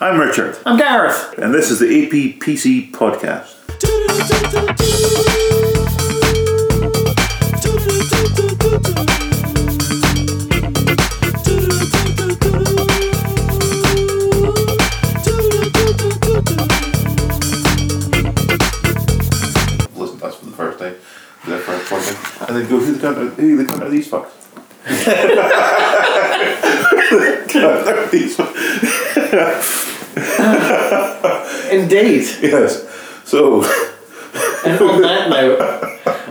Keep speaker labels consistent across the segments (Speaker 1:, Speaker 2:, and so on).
Speaker 1: I'm Richard,
Speaker 2: I'm Gareth.
Speaker 1: and this is the APPC podcast. Listen to us for the first day, the first podcast, and then go who the cunt are, who the cunt are these fucks? Cunt are these fucks.
Speaker 2: Indeed.
Speaker 1: Yes. So
Speaker 2: And on that note,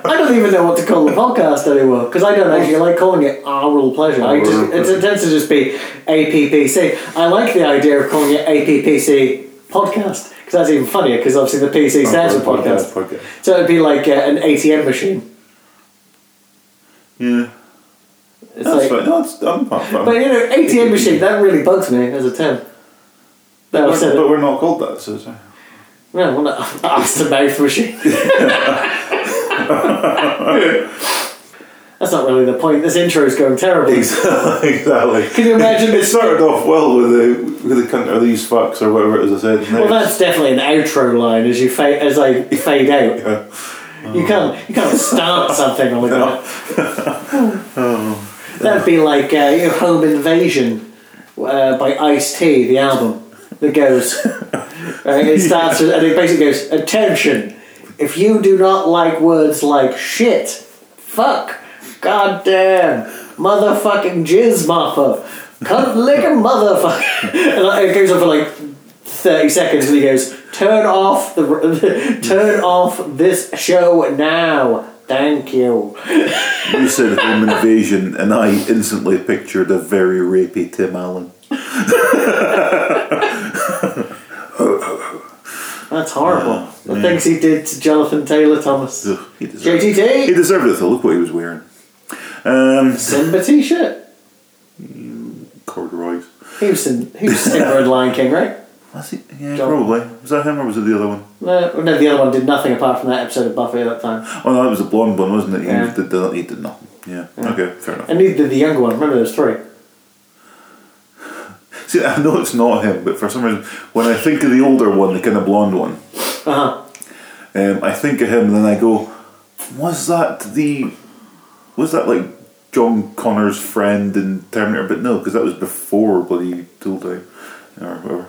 Speaker 2: I don't even know what to call the podcast anymore because I don't actually like calling it Aural Pleasure. I just, it's, it tends to just be APPC. I like the idea of calling it APPC Podcast because that's even funnier because obviously the PC stands for podcast.
Speaker 1: podcast.
Speaker 2: So it'd be like uh, an ATM machine.
Speaker 1: Yeah.
Speaker 2: It's
Speaker 1: That's
Speaker 2: like,
Speaker 1: fine. No, it's, I'm, I'm,
Speaker 2: But you know, ATM machine, that really bugs me as a term. That I've said
Speaker 1: but
Speaker 2: it.
Speaker 1: we're not called that, so. so.
Speaker 2: No, well, no, that's the mouth machine. That's not really the point. This intro's going terribly.
Speaker 1: exactly.
Speaker 2: Can you imagine
Speaker 1: It
Speaker 2: this-
Speaker 1: started off well with the with the cunt are these fucks or whatever it is I said. and
Speaker 2: Well,
Speaker 1: then
Speaker 2: that's definitely an outro line as you fade as I fade out.
Speaker 1: it's-
Speaker 2: You can't you can't start something like that. That'd be like uh, your Home Invasion uh, by Ice T, the album that goes. Right, it starts with, and it basically goes attention. If you do not like words like shit, fuck, goddamn, motherfucking jizz mopper, cunt licker motherfucker, and like, it goes on for like 30 seconds and he goes, Turn off the turn off this show now. Thank you.
Speaker 1: yeah. uh, You said home invasion, and I instantly pictured a very rapey Tim Allen.
Speaker 2: That's horrible. the things he did to Jonathan Taylor Thomas.
Speaker 1: Ugh, he deserved. He
Speaker 2: JTT!
Speaker 1: deserved it though. Look what he was wearing. Um,
Speaker 2: Simba t shirt.
Speaker 1: corduroys.
Speaker 2: He was in he was Simba in Lion King, right?
Speaker 1: Was he? Yeah,
Speaker 2: John.
Speaker 1: probably. Was that him or was it the other one?
Speaker 2: No, Uh, no, the other one did nothing apart from that episode of Buffy at that time.
Speaker 1: Oh, no, that was the blonde one, wasn't it? He,
Speaker 2: Yeah.
Speaker 1: did, the- he did nothing. Yeah. Okay. Fair enough.
Speaker 2: And neither did the younger one. Remember those three?
Speaker 1: See, I know it's not him, but for some reason, when I think of the older one, the kind of blonde one,
Speaker 2: Uh huh.
Speaker 1: um, I think of him, and then I go, "Was that the? Was that like John Connor's friend in Terminator?" But no, because that was before bloody Tool Time or whatever.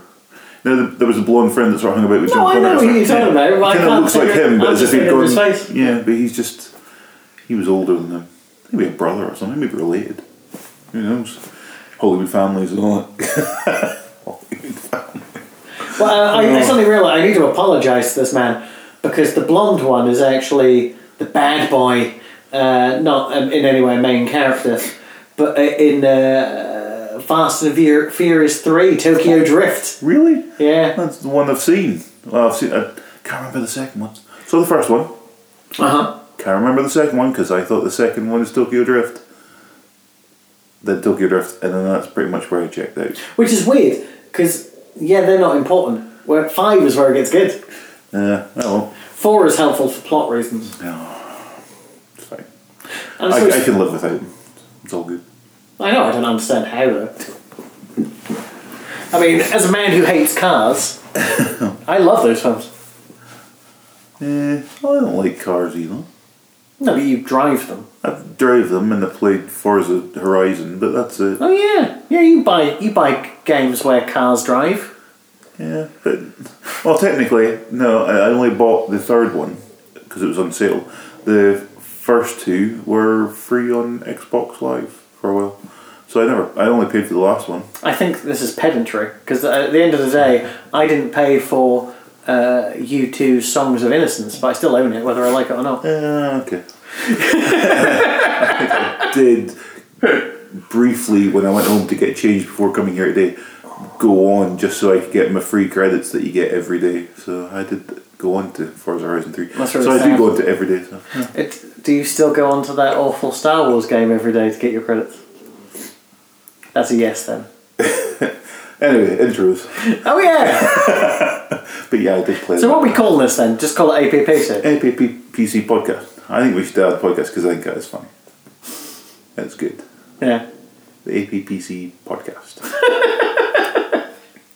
Speaker 1: No, th- there was a blonde friend that sort of hung about with
Speaker 2: No,
Speaker 1: John
Speaker 2: I
Speaker 1: Connor.
Speaker 2: know who you're talking about, but I
Speaker 1: He kind of
Speaker 2: can't
Speaker 1: looks like
Speaker 2: figure-
Speaker 1: him, but
Speaker 2: I'm
Speaker 1: as if
Speaker 2: just
Speaker 1: he'd
Speaker 2: thinking of
Speaker 1: gone.
Speaker 2: his face.
Speaker 1: Yeah, but he's just he was older than them. Maybe a brother or something. Maybe related. Who knows? Hollywood families and all that.
Speaker 2: Well, I, I, I suddenly realised I need to apologise to this man because the blonde one is actually the bad boy, uh, not um, in any way a main character, but uh, in uh, Fast and Fur- Furious 3 Tokyo Drift.
Speaker 1: really?
Speaker 2: Yeah.
Speaker 1: That's the one I've seen. Well, I've seen. I can't remember the second one. So the first one.
Speaker 2: Uh huh.
Speaker 1: Can't remember the second one because I thought the second one was Tokyo Drift. Then Tokyo Drift, and then that's pretty much where I checked out.
Speaker 2: Which is weird because, yeah, they're not important. Where 5 is where it gets good.
Speaker 1: Uh, oh, well,
Speaker 2: 4 is helpful for plot reasons.
Speaker 1: it's fine.
Speaker 2: And I,
Speaker 1: I,
Speaker 2: suppose,
Speaker 1: I can live without them. It's all good.
Speaker 2: I know, I don't understand how though. I mean, as a man who hates cars, I love those films.
Speaker 1: Eh, I don't like cars either.
Speaker 2: No, but you drive them.
Speaker 1: I've drove them and I played Forza Horizon, but that's it.
Speaker 2: Oh yeah, yeah. You buy you buy games where cars drive.
Speaker 1: Yeah, but well, technically, no. I I only bought the third one because it was on sale. The first two were free on Xbox Live for a while, so I never. I only paid for the last one.
Speaker 2: I think this is pedantry because at the end of the day, I didn't pay for uh, U2 "Songs of Innocence," but I still own it, whether I like it or not.
Speaker 1: Uh, okay. I did briefly when I went home to get changed before coming here today. Go on just so I could get my free credits that you get every day. So I did go on to Forza Horizon Three.
Speaker 2: That's really
Speaker 1: so I do
Speaker 2: sad.
Speaker 1: go on to every day. So.
Speaker 2: It, do you still go onto that awful Star Wars game every day to get your credits? That's a yes then.
Speaker 1: Anyway, intros.
Speaker 2: Oh yeah.
Speaker 1: But yeah, I did play.
Speaker 2: so
Speaker 1: that.
Speaker 2: what we call this then? Just call it APP. So.
Speaker 1: APPC podcast. I think we should do a podcast because I think that is funny. That's good.
Speaker 2: Yeah.
Speaker 1: The APPC podcast.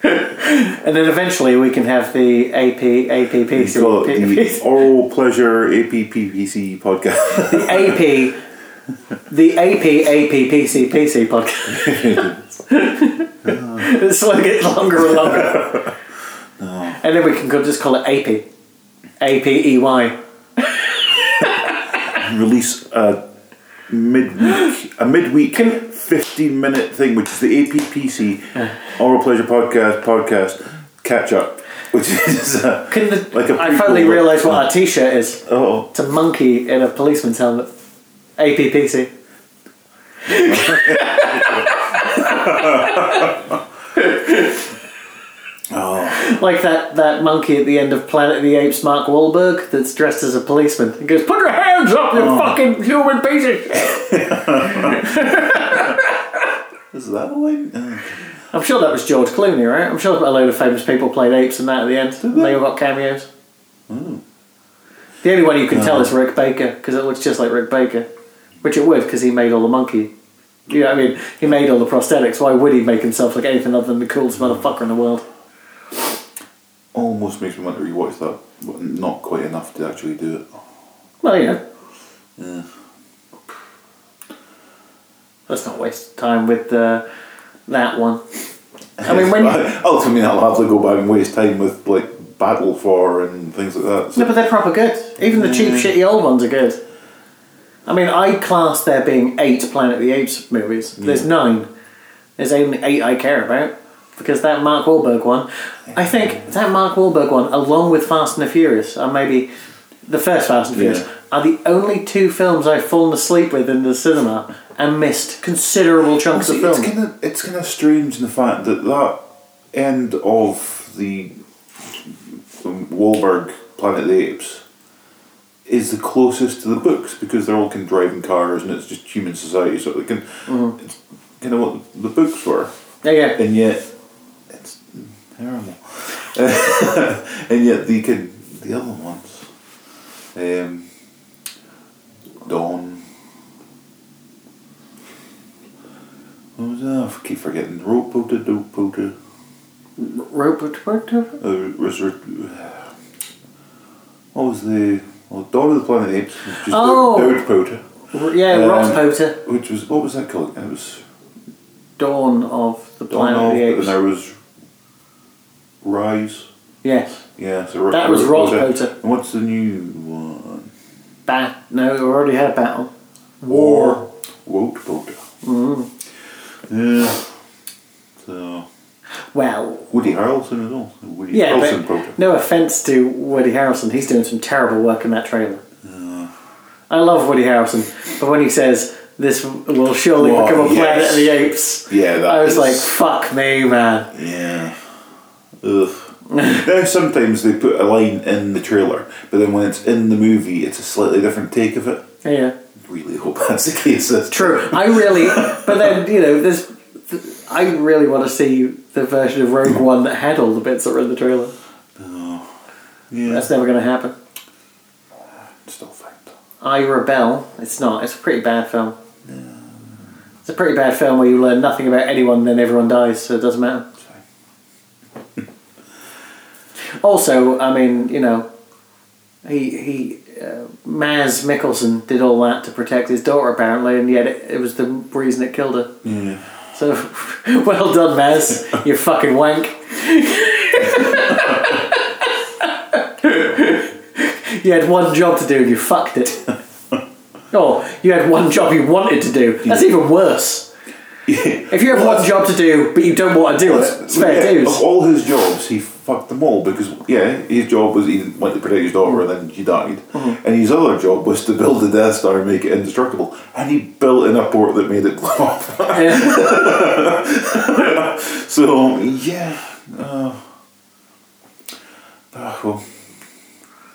Speaker 2: and then eventually we can have the AP APP.
Speaker 1: It's got
Speaker 2: E
Speaker 1: the Oral Pleasure APPPC podcast.
Speaker 2: the AP, the AP APPC PC podcast. it's going to get longer and longer. And then we can go- just call it AP, APEY.
Speaker 1: Release a midweek, a midweek
Speaker 2: Can-
Speaker 1: 15 minute thing, which is the APPC Oral Pleasure Podcast podcast catch up, which is uh,
Speaker 2: Can the,
Speaker 1: Like a
Speaker 2: I finally
Speaker 1: prequel, but-
Speaker 2: realised what our T-shirt is.
Speaker 1: oh,
Speaker 2: It's a monkey in a policeman's helmet. APPC.
Speaker 1: oh,
Speaker 2: Like that, that monkey at the end of Planet of the Apes, Mark Wahlberg, that's dressed as a policeman. He goes, Put your hands up, you fucking human piece of shit."
Speaker 1: is that a line? Uh,
Speaker 2: I'm sure that was George Clooney, right? I'm sure a load of famous people played apes and that at the end. and they all got cameos. The only one you can tell is Rick Baker, because it looks just like Rick Baker. Which it would, because he made all the monkey. You know what I mean? He made all the prosthetics. Why would he make himself look anything other than the coolest motherfucker in the world?
Speaker 1: almost makes me want to rewatch that, but not quite enough to actually do it.
Speaker 2: Well, you know. Let's not waste time with uh, that one. I mean, when you.
Speaker 1: ultimately, I'll have to go back and waste time with like Battle for and things like that. so-
Speaker 2: No, but they're proper good. Even the
Speaker 1: Mm.
Speaker 2: cheap, shitty old ones are good. I mean, I class there being eight Planet of the Apes movies. There's nine. There's only eight I care about because that Mark Wahlberg one. I think that Mark Wahlberg one, along with Fast and the Furious, are maybe the first Fast and Furious
Speaker 1: Yeah.
Speaker 2: are the only two films I've fallen asleep with in the cinema and missed considerable chunks of
Speaker 1: See,
Speaker 2: film.
Speaker 1: It's kind of it's kind of strange in the fact that that end of the um, Wahlberg Planet of the Apes is the closest to the books because they're all kind of driving cars and it's just human society. So it can it's kind of what the books were,
Speaker 2: yeah, yeah.
Speaker 1: and yet it's terrible. and yet the kind the other ones, um, Dawn. What was that? I keep forgetting. Rope-a-da, dope-a-da.
Speaker 2: Robot. Robot-
Speaker 1: Uh, was there- what was the well, Dawn of the Planet of the Apes? was Just
Speaker 2: Oh.
Speaker 1: Dogepoda,
Speaker 2: Yeah,
Speaker 1: Um,
Speaker 2: Ross Potter.
Speaker 1: which was what was that called? It was
Speaker 2: Dawn of the
Speaker 1: Dawn
Speaker 2: Planet
Speaker 1: of,
Speaker 2: of the
Speaker 1: and
Speaker 2: Apes.
Speaker 1: there was Rise.
Speaker 2: Yes.
Speaker 1: Yeah, so Ro-
Speaker 2: That was
Speaker 1: Ro- Rosepoda.
Speaker 2: Rosepoda.
Speaker 1: And what's the new one?
Speaker 2: Bat. No, we already had battle.
Speaker 1: Rosepoda. Mm. Yeah. So
Speaker 2: Well,
Speaker 1: Woody Harrelson as well. Woody
Speaker 2: yeah,
Speaker 1: Harrelson
Speaker 2: but
Speaker 1: Poda.
Speaker 2: no offense to Woody Harrelson, he's doing some terrible work in that trailer. I love Woody Harrelson, but when he says this will surely
Speaker 1: Whoa,
Speaker 2: become a
Speaker 1: yes.
Speaker 2: Planet of the Apes,
Speaker 1: Yeah, that
Speaker 2: I was
Speaker 1: is-
Speaker 2: like, "Fuck me, man."
Speaker 1: Yeah. Ugh. now sometimes they put a line in the trailer, but then when it's in the movie, it's a slightly different take of it.
Speaker 2: Yeah,
Speaker 1: Really hope that's the case. That's
Speaker 2: true. I really, but then you know, there's. I really want to see the version of Rogue One that had all the bits that were in the trailer.
Speaker 1: Yeah.
Speaker 2: That's never going to happen.
Speaker 1: Still faint.
Speaker 2: I Rebel. It's not. It's a pretty bad film. It's a pretty bad film where you learn nothing about anyone, then everyone dies, so it doesn't matter. also, I mean, you know, he he, uh, Maz Mickelson did all that to protect his daughter, apparently, and yet it, it was the reason it killed her.
Speaker 1: Yeah.
Speaker 2: So, well done, Maz. you fucking wank. you had one job to do and you fucked it. Or Oh, you had one job you wanted to do. That's even worse. If you have
Speaker 1: Well,
Speaker 2: one job to do but you don't want to do it, it's fair
Speaker 1: yeah,
Speaker 2: dues.
Speaker 1: of all his jobs, he fucked them all because yeah, his job was he went to protect his daughter and then she died,
Speaker 2: Mm-hmm.
Speaker 1: and his other job was to build the Death Star and make it indestructible, and he built an airport that made it blow up.
Speaker 2: Yeah.
Speaker 1: so yeah, uh, ah, well,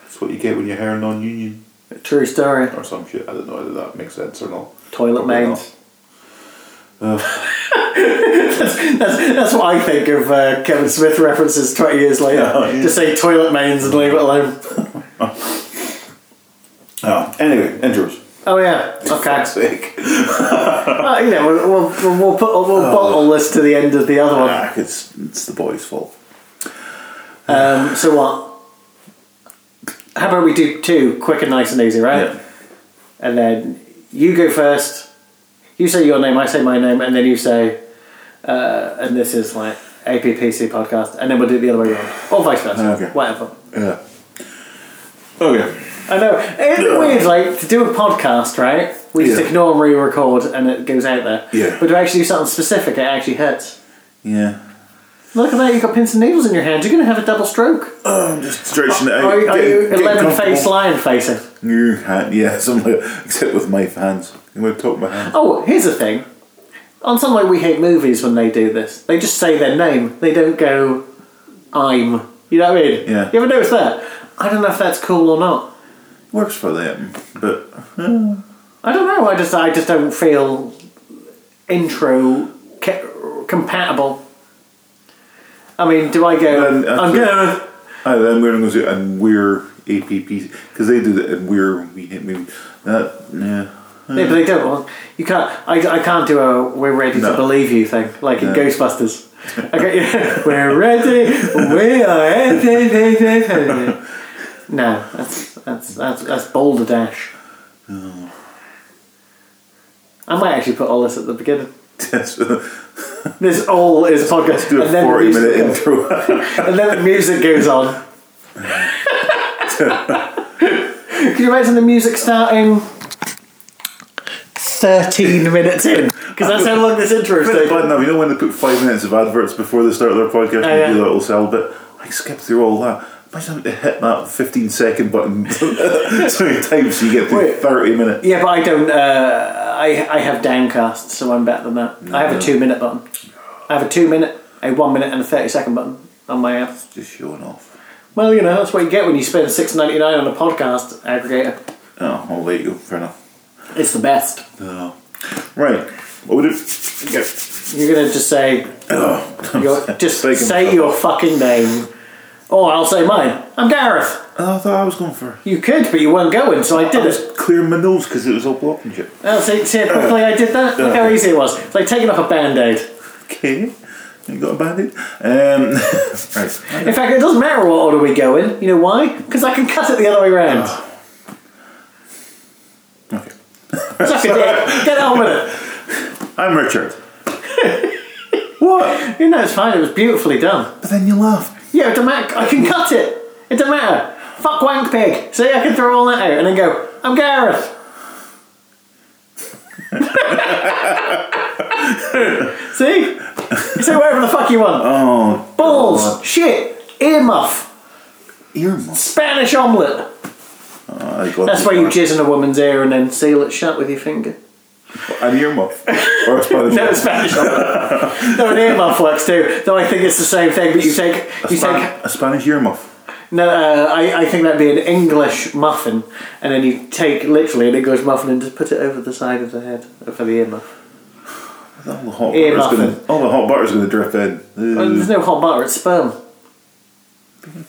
Speaker 1: that's what you get when you're hiring non-union
Speaker 2: True story.
Speaker 1: or some shit. I don't know whether that makes sense or not.
Speaker 2: Toilet
Speaker 1: Probably
Speaker 2: maids. that's, that's, that's what I think of uh, Kevin Smith references 20 years later.
Speaker 1: Oh, yeah.
Speaker 2: Just say toilet mains and leave it alone.
Speaker 1: not. Ah, anyway, intros.
Speaker 2: Oh, yeah. Okay.
Speaker 1: Fuck's sake.
Speaker 2: Uh, you
Speaker 1: Oh.
Speaker 2: know, we'll, we'll, we'll, put, we'll bottle this to the end of the other one.
Speaker 1: Ah, it's it's the boy's fault.
Speaker 2: Um, so what? How about we do two, quick and nice and easy, right?
Speaker 1: Yeah.
Speaker 2: And then you go first. You say your name, I say my name, and then you say, uh, and this is like APPC podcast, and then we'll do it the other way around, or vice versa,
Speaker 1: Okay.
Speaker 2: whatever.
Speaker 1: Yeah. Okay.
Speaker 2: I know. It's weird, like, to do a podcast, right? We just
Speaker 1: Yeah.
Speaker 2: ignore and re record and it goes out there.
Speaker 1: Yeah.
Speaker 2: But to actually do something specific, it actually hurts.
Speaker 1: Yeah.
Speaker 2: Look at that, you've got pins and needles in your hand. You're going to have a double stroke.
Speaker 1: Oh, I'm just stretching it out.
Speaker 2: are, you- are
Speaker 1: Getting-
Speaker 2: you
Speaker 1: getting
Speaker 2: 11 face
Speaker 1: comfortable.
Speaker 2: lion facing?
Speaker 1: New hand, yeah, something like- except with my hands. I'm going to talk my hands.
Speaker 2: Oh, here's the thing. On some way, we hate movies when they do this. They just say their name. They don't go, I'm. You know what I mean?
Speaker 1: Yeah.
Speaker 2: You ever notice that? I don't know if that's cool or not.
Speaker 1: Works for them, but
Speaker 2: I don't know. I just, I just don't feel intro ca- compatible. I mean, do I go?
Speaker 1: Then, uh,
Speaker 2: I'm gonna.
Speaker 1: I then we're going to do it and we're APP because they do that and we're we hit me that yeah.
Speaker 2: Yeah, but they don't. Well, you can't. I, I can't do a "We're ready
Speaker 1: No.
Speaker 2: to believe you" thing like in
Speaker 1: No.
Speaker 2: Ghostbusters. Okay, we're ready. We are ready. no, that's that's that's that's Boulder Dash.
Speaker 1: Oh.
Speaker 2: I might actually put all this at the beginning.
Speaker 1: Yes. do
Speaker 2: This all is podcast,
Speaker 1: a
Speaker 2: and then the
Speaker 1: forty
Speaker 2: music
Speaker 1: minute
Speaker 2: goes-
Speaker 1: intro.
Speaker 2: and then the music goes on. Can you imagine the music starting 13 minutes in? Because that's how long this intro is
Speaker 1: But
Speaker 2: taking.
Speaker 1: bad enough, you know when they put five minutes of adverts before they start their podcast
Speaker 2: Oh,
Speaker 1: and
Speaker 2: yeah.
Speaker 1: do that little cell bit? I skip through all that. Imagine having to hit that 15 second button so many times so you get through
Speaker 2: Wait.
Speaker 1: 30 minutes.
Speaker 2: Yeah, but I don't. Uh, I, I have downcast, so I'm better than that. I have a two minute button. I have a two minute, a one minute, and a 30 second button on my app.
Speaker 1: Just showing off.
Speaker 2: Well, you know, that's what you get when you spend six ninety nine on a podcast aggregator.
Speaker 1: Oh, I'll let you. Fair enough.
Speaker 2: It's the best.
Speaker 1: Oh. Right. What would it. Okay.
Speaker 2: You're going to just say,
Speaker 1: Oh.
Speaker 2: your, just
Speaker 1: Taking
Speaker 2: say
Speaker 1: myself
Speaker 2: your fucking name. Or I'll say mine. I'm Gareth.
Speaker 1: Oh, I thought I was going for.
Speaker 2: You could, but you weren't going, so I
Speaker 1: I
Speaker 2: did
Speaker 1: was
Speaker 2: it.
Speaker 1: clearing my nose because it was all blocking you.
Speaker 2: Oh, see, see how quickly I did that? Look how easy it was. It's like taking off a band aid.
Speaker 1: Okay. You got a bandit? Um, right.
Speaker 2: In fact, it doesn't matter what order we go in. You know why? Because I can cut it the other way round.
Speaker 1: Okay.
Speaker 2: Suck a dick. Get on with it.
Speaker 1: I'm Richard. what?
Speaker 2: You know, it's fine. It was beautifully done.
Speaker 1: But then you laughed.
Speaker 2: Yeah, it don't matter. I can cut it. It doesn't matter. Fuck wank pig. See, I can throw all that out and then go, I'm Gareth. see? Say whatever the fuck you want.
Speaker 1: Oh,
Speaker 2: Balls, shit, earmuff,
Speaker 1: earmuffs.
Speaker 2: Spanish omelette.
Speaker 1: Oh, I got
Speaker 2: That's
Speaker 1: this
Speaker 2: where you
Speaker 1: one.
Speaker 2: jizz in a woman's ear and then seal it shut with your finger.
Speaker 1: An earmuff. or a Spanish
Speaker 2: No,
Speaker 1: no,
Speaker 2: Spanish omelette. no, an earmuff works too. Though I think it's the same thing, but you take
Speaker 1: a,
Speaker 2: you
Speaker 1: Span-
Speaker 2: take
Speaker 1: a Spanish earmuff.
Speaker 2: no. Uh, I I think that'd be an English muffin, and then you take literally an English muffin and just put it over the side of the head for the earmuff.
Speaker 1: All the hot
Speaker 2: Ear
Speaker 1: butter's
Speaker 2: muffin. Um,
Speaker 1: gonna, all the hot butter's gonna drip in.
Speaker 2: Well,
Speaker 1: Ugh.
Speaker 2: there's no hot butter; it's sperm.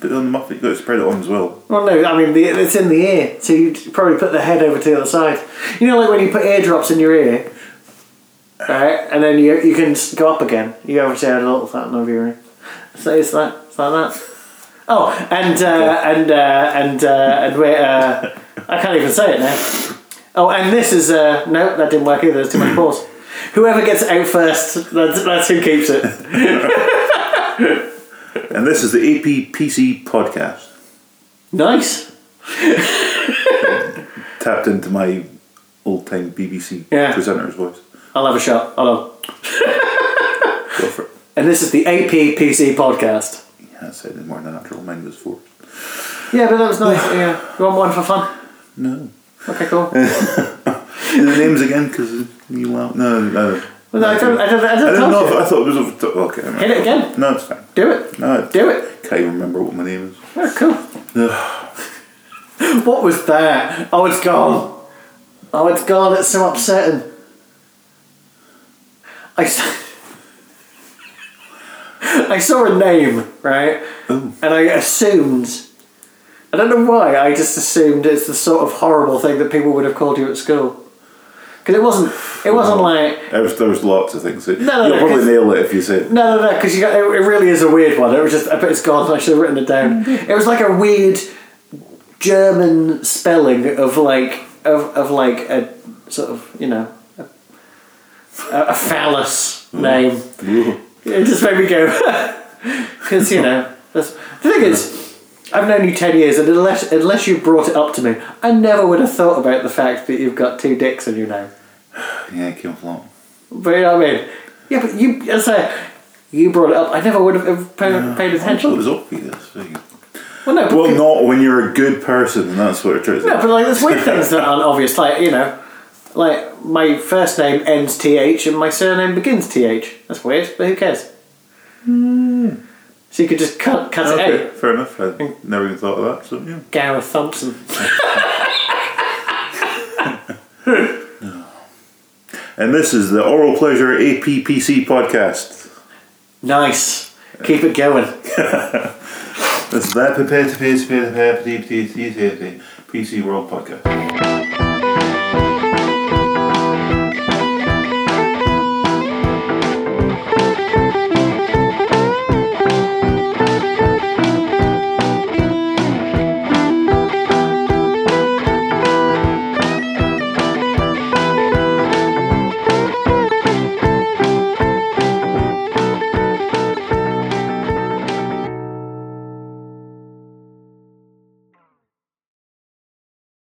Speaker 1: Put it on the muffin. You got to spread it on as well.
Speaker 2: Well, no, I mean the, it's in the ear, so you'd probably put the head over to the other side. You know, like when you put eardrops in your ear, right, and then you you can s- go up again. You obviously had a little something over your ear. So it's that, it's like that. Oh, and uh, and uh, and uh, and we uh, I can't even say it now. Oh, and this is uh, no, that didn't work either. There's too much pause. Whoever gets out first, that's, that's who keeps it.
Speaker 1: And this is the APPC podcast.
Speaker 2: Nice.
Speaker 1: Tapped into my old time BBC
Speaker 2: Yeah.
Speaker 1: presenter's voice.
Speaker 2: I'll have a shot. Hold on.
Speaker 1: Go for it.
Speaker 2: And this is the APPC podcast.
Speaker 1: Yeah, I said it more natural. Mine was forced.
Speaker 2: Yeah, but that was nice. yeah, you want one for fun?
Speaker 1: No.
Speaker 2: Okay, cool.
Speaker 1: Do the names again because you laugh. No, no.
Speaker 2: Well, no, I don't. I don't. I
Speaker 1: I
Speaker 2: don't
Speaker 1: didn't know.
Speaker 2: know.
Speaker 1: If, I thought it was over. To, okay. never mind.
Speaker 2: Hit it again.
Speaker 1: No, it's fine.
Speaker 2: Do it.
Speaker 1: No,
Speaker 2: Do it.
Speaker 1: Can't even remember what my name is.
Speaker 2: Oh, cool. what was that? Oh, it's gone. Oh, it's gone. It's so upsetting. I saw, I saw a name, right?
Speaker 1: Ooh.
Speaker 2: And I assumed. I don't know why, I just assumed it's the sort of horrible thing that people would have called you at school. because it wasn't it wasn't like
Speaker 1: There was, there was lots of things. You'll
Speaker 2: no, no,
Speaker 1: probably
Speaker 2: 'cause-
Speaker 1: nail it if you say.
Speaker 2: No, no, no, because you got it, it. Really is a weird one. It was just I bet it's gone. I should have written it down. it was like a weird German spelling of like of, of like a sort of you know a, a phallus name.
Speaker 1: Ooh.
Speaker 2: It just made me go because you know that's, the thing is. I've known you ten years, and unless unless you brought it up to me, I never would have thought about the fact that you've got two dicks in your name.
Speaker 1: Yeah, Kim Flop.
Speaker 2: But you know what I mean? Yeah, but you, as I say, you brought it up. I never would have paid, paid
Speaker 1: I thought it
Speaker 2: attention.
Speaker 1: was obvious.
Speaker 2: Well, no, but,
Speaker 1: Well, not when you're a good person, and that's what it turns
Speaker 2: no,
Speaker 1: out.
Speaker 2: but like there's weird things that aren't obvious. Like you know, like my first name ends th and my surname begins th. That's weird, but who cares? So you could just cut cut it
Speaker 1: Hmm. Okay,
Speaker 2: out.
Speaker 1: fair enough. I never even thought of that. So yeah.
Speaker 2: Gareth Thompson.
Speaker 1: And this is the Oral Pleasure APPC podcast.
Speaker 2: Nice. Keep it going.
Speaker 1: That's the PC World podcast.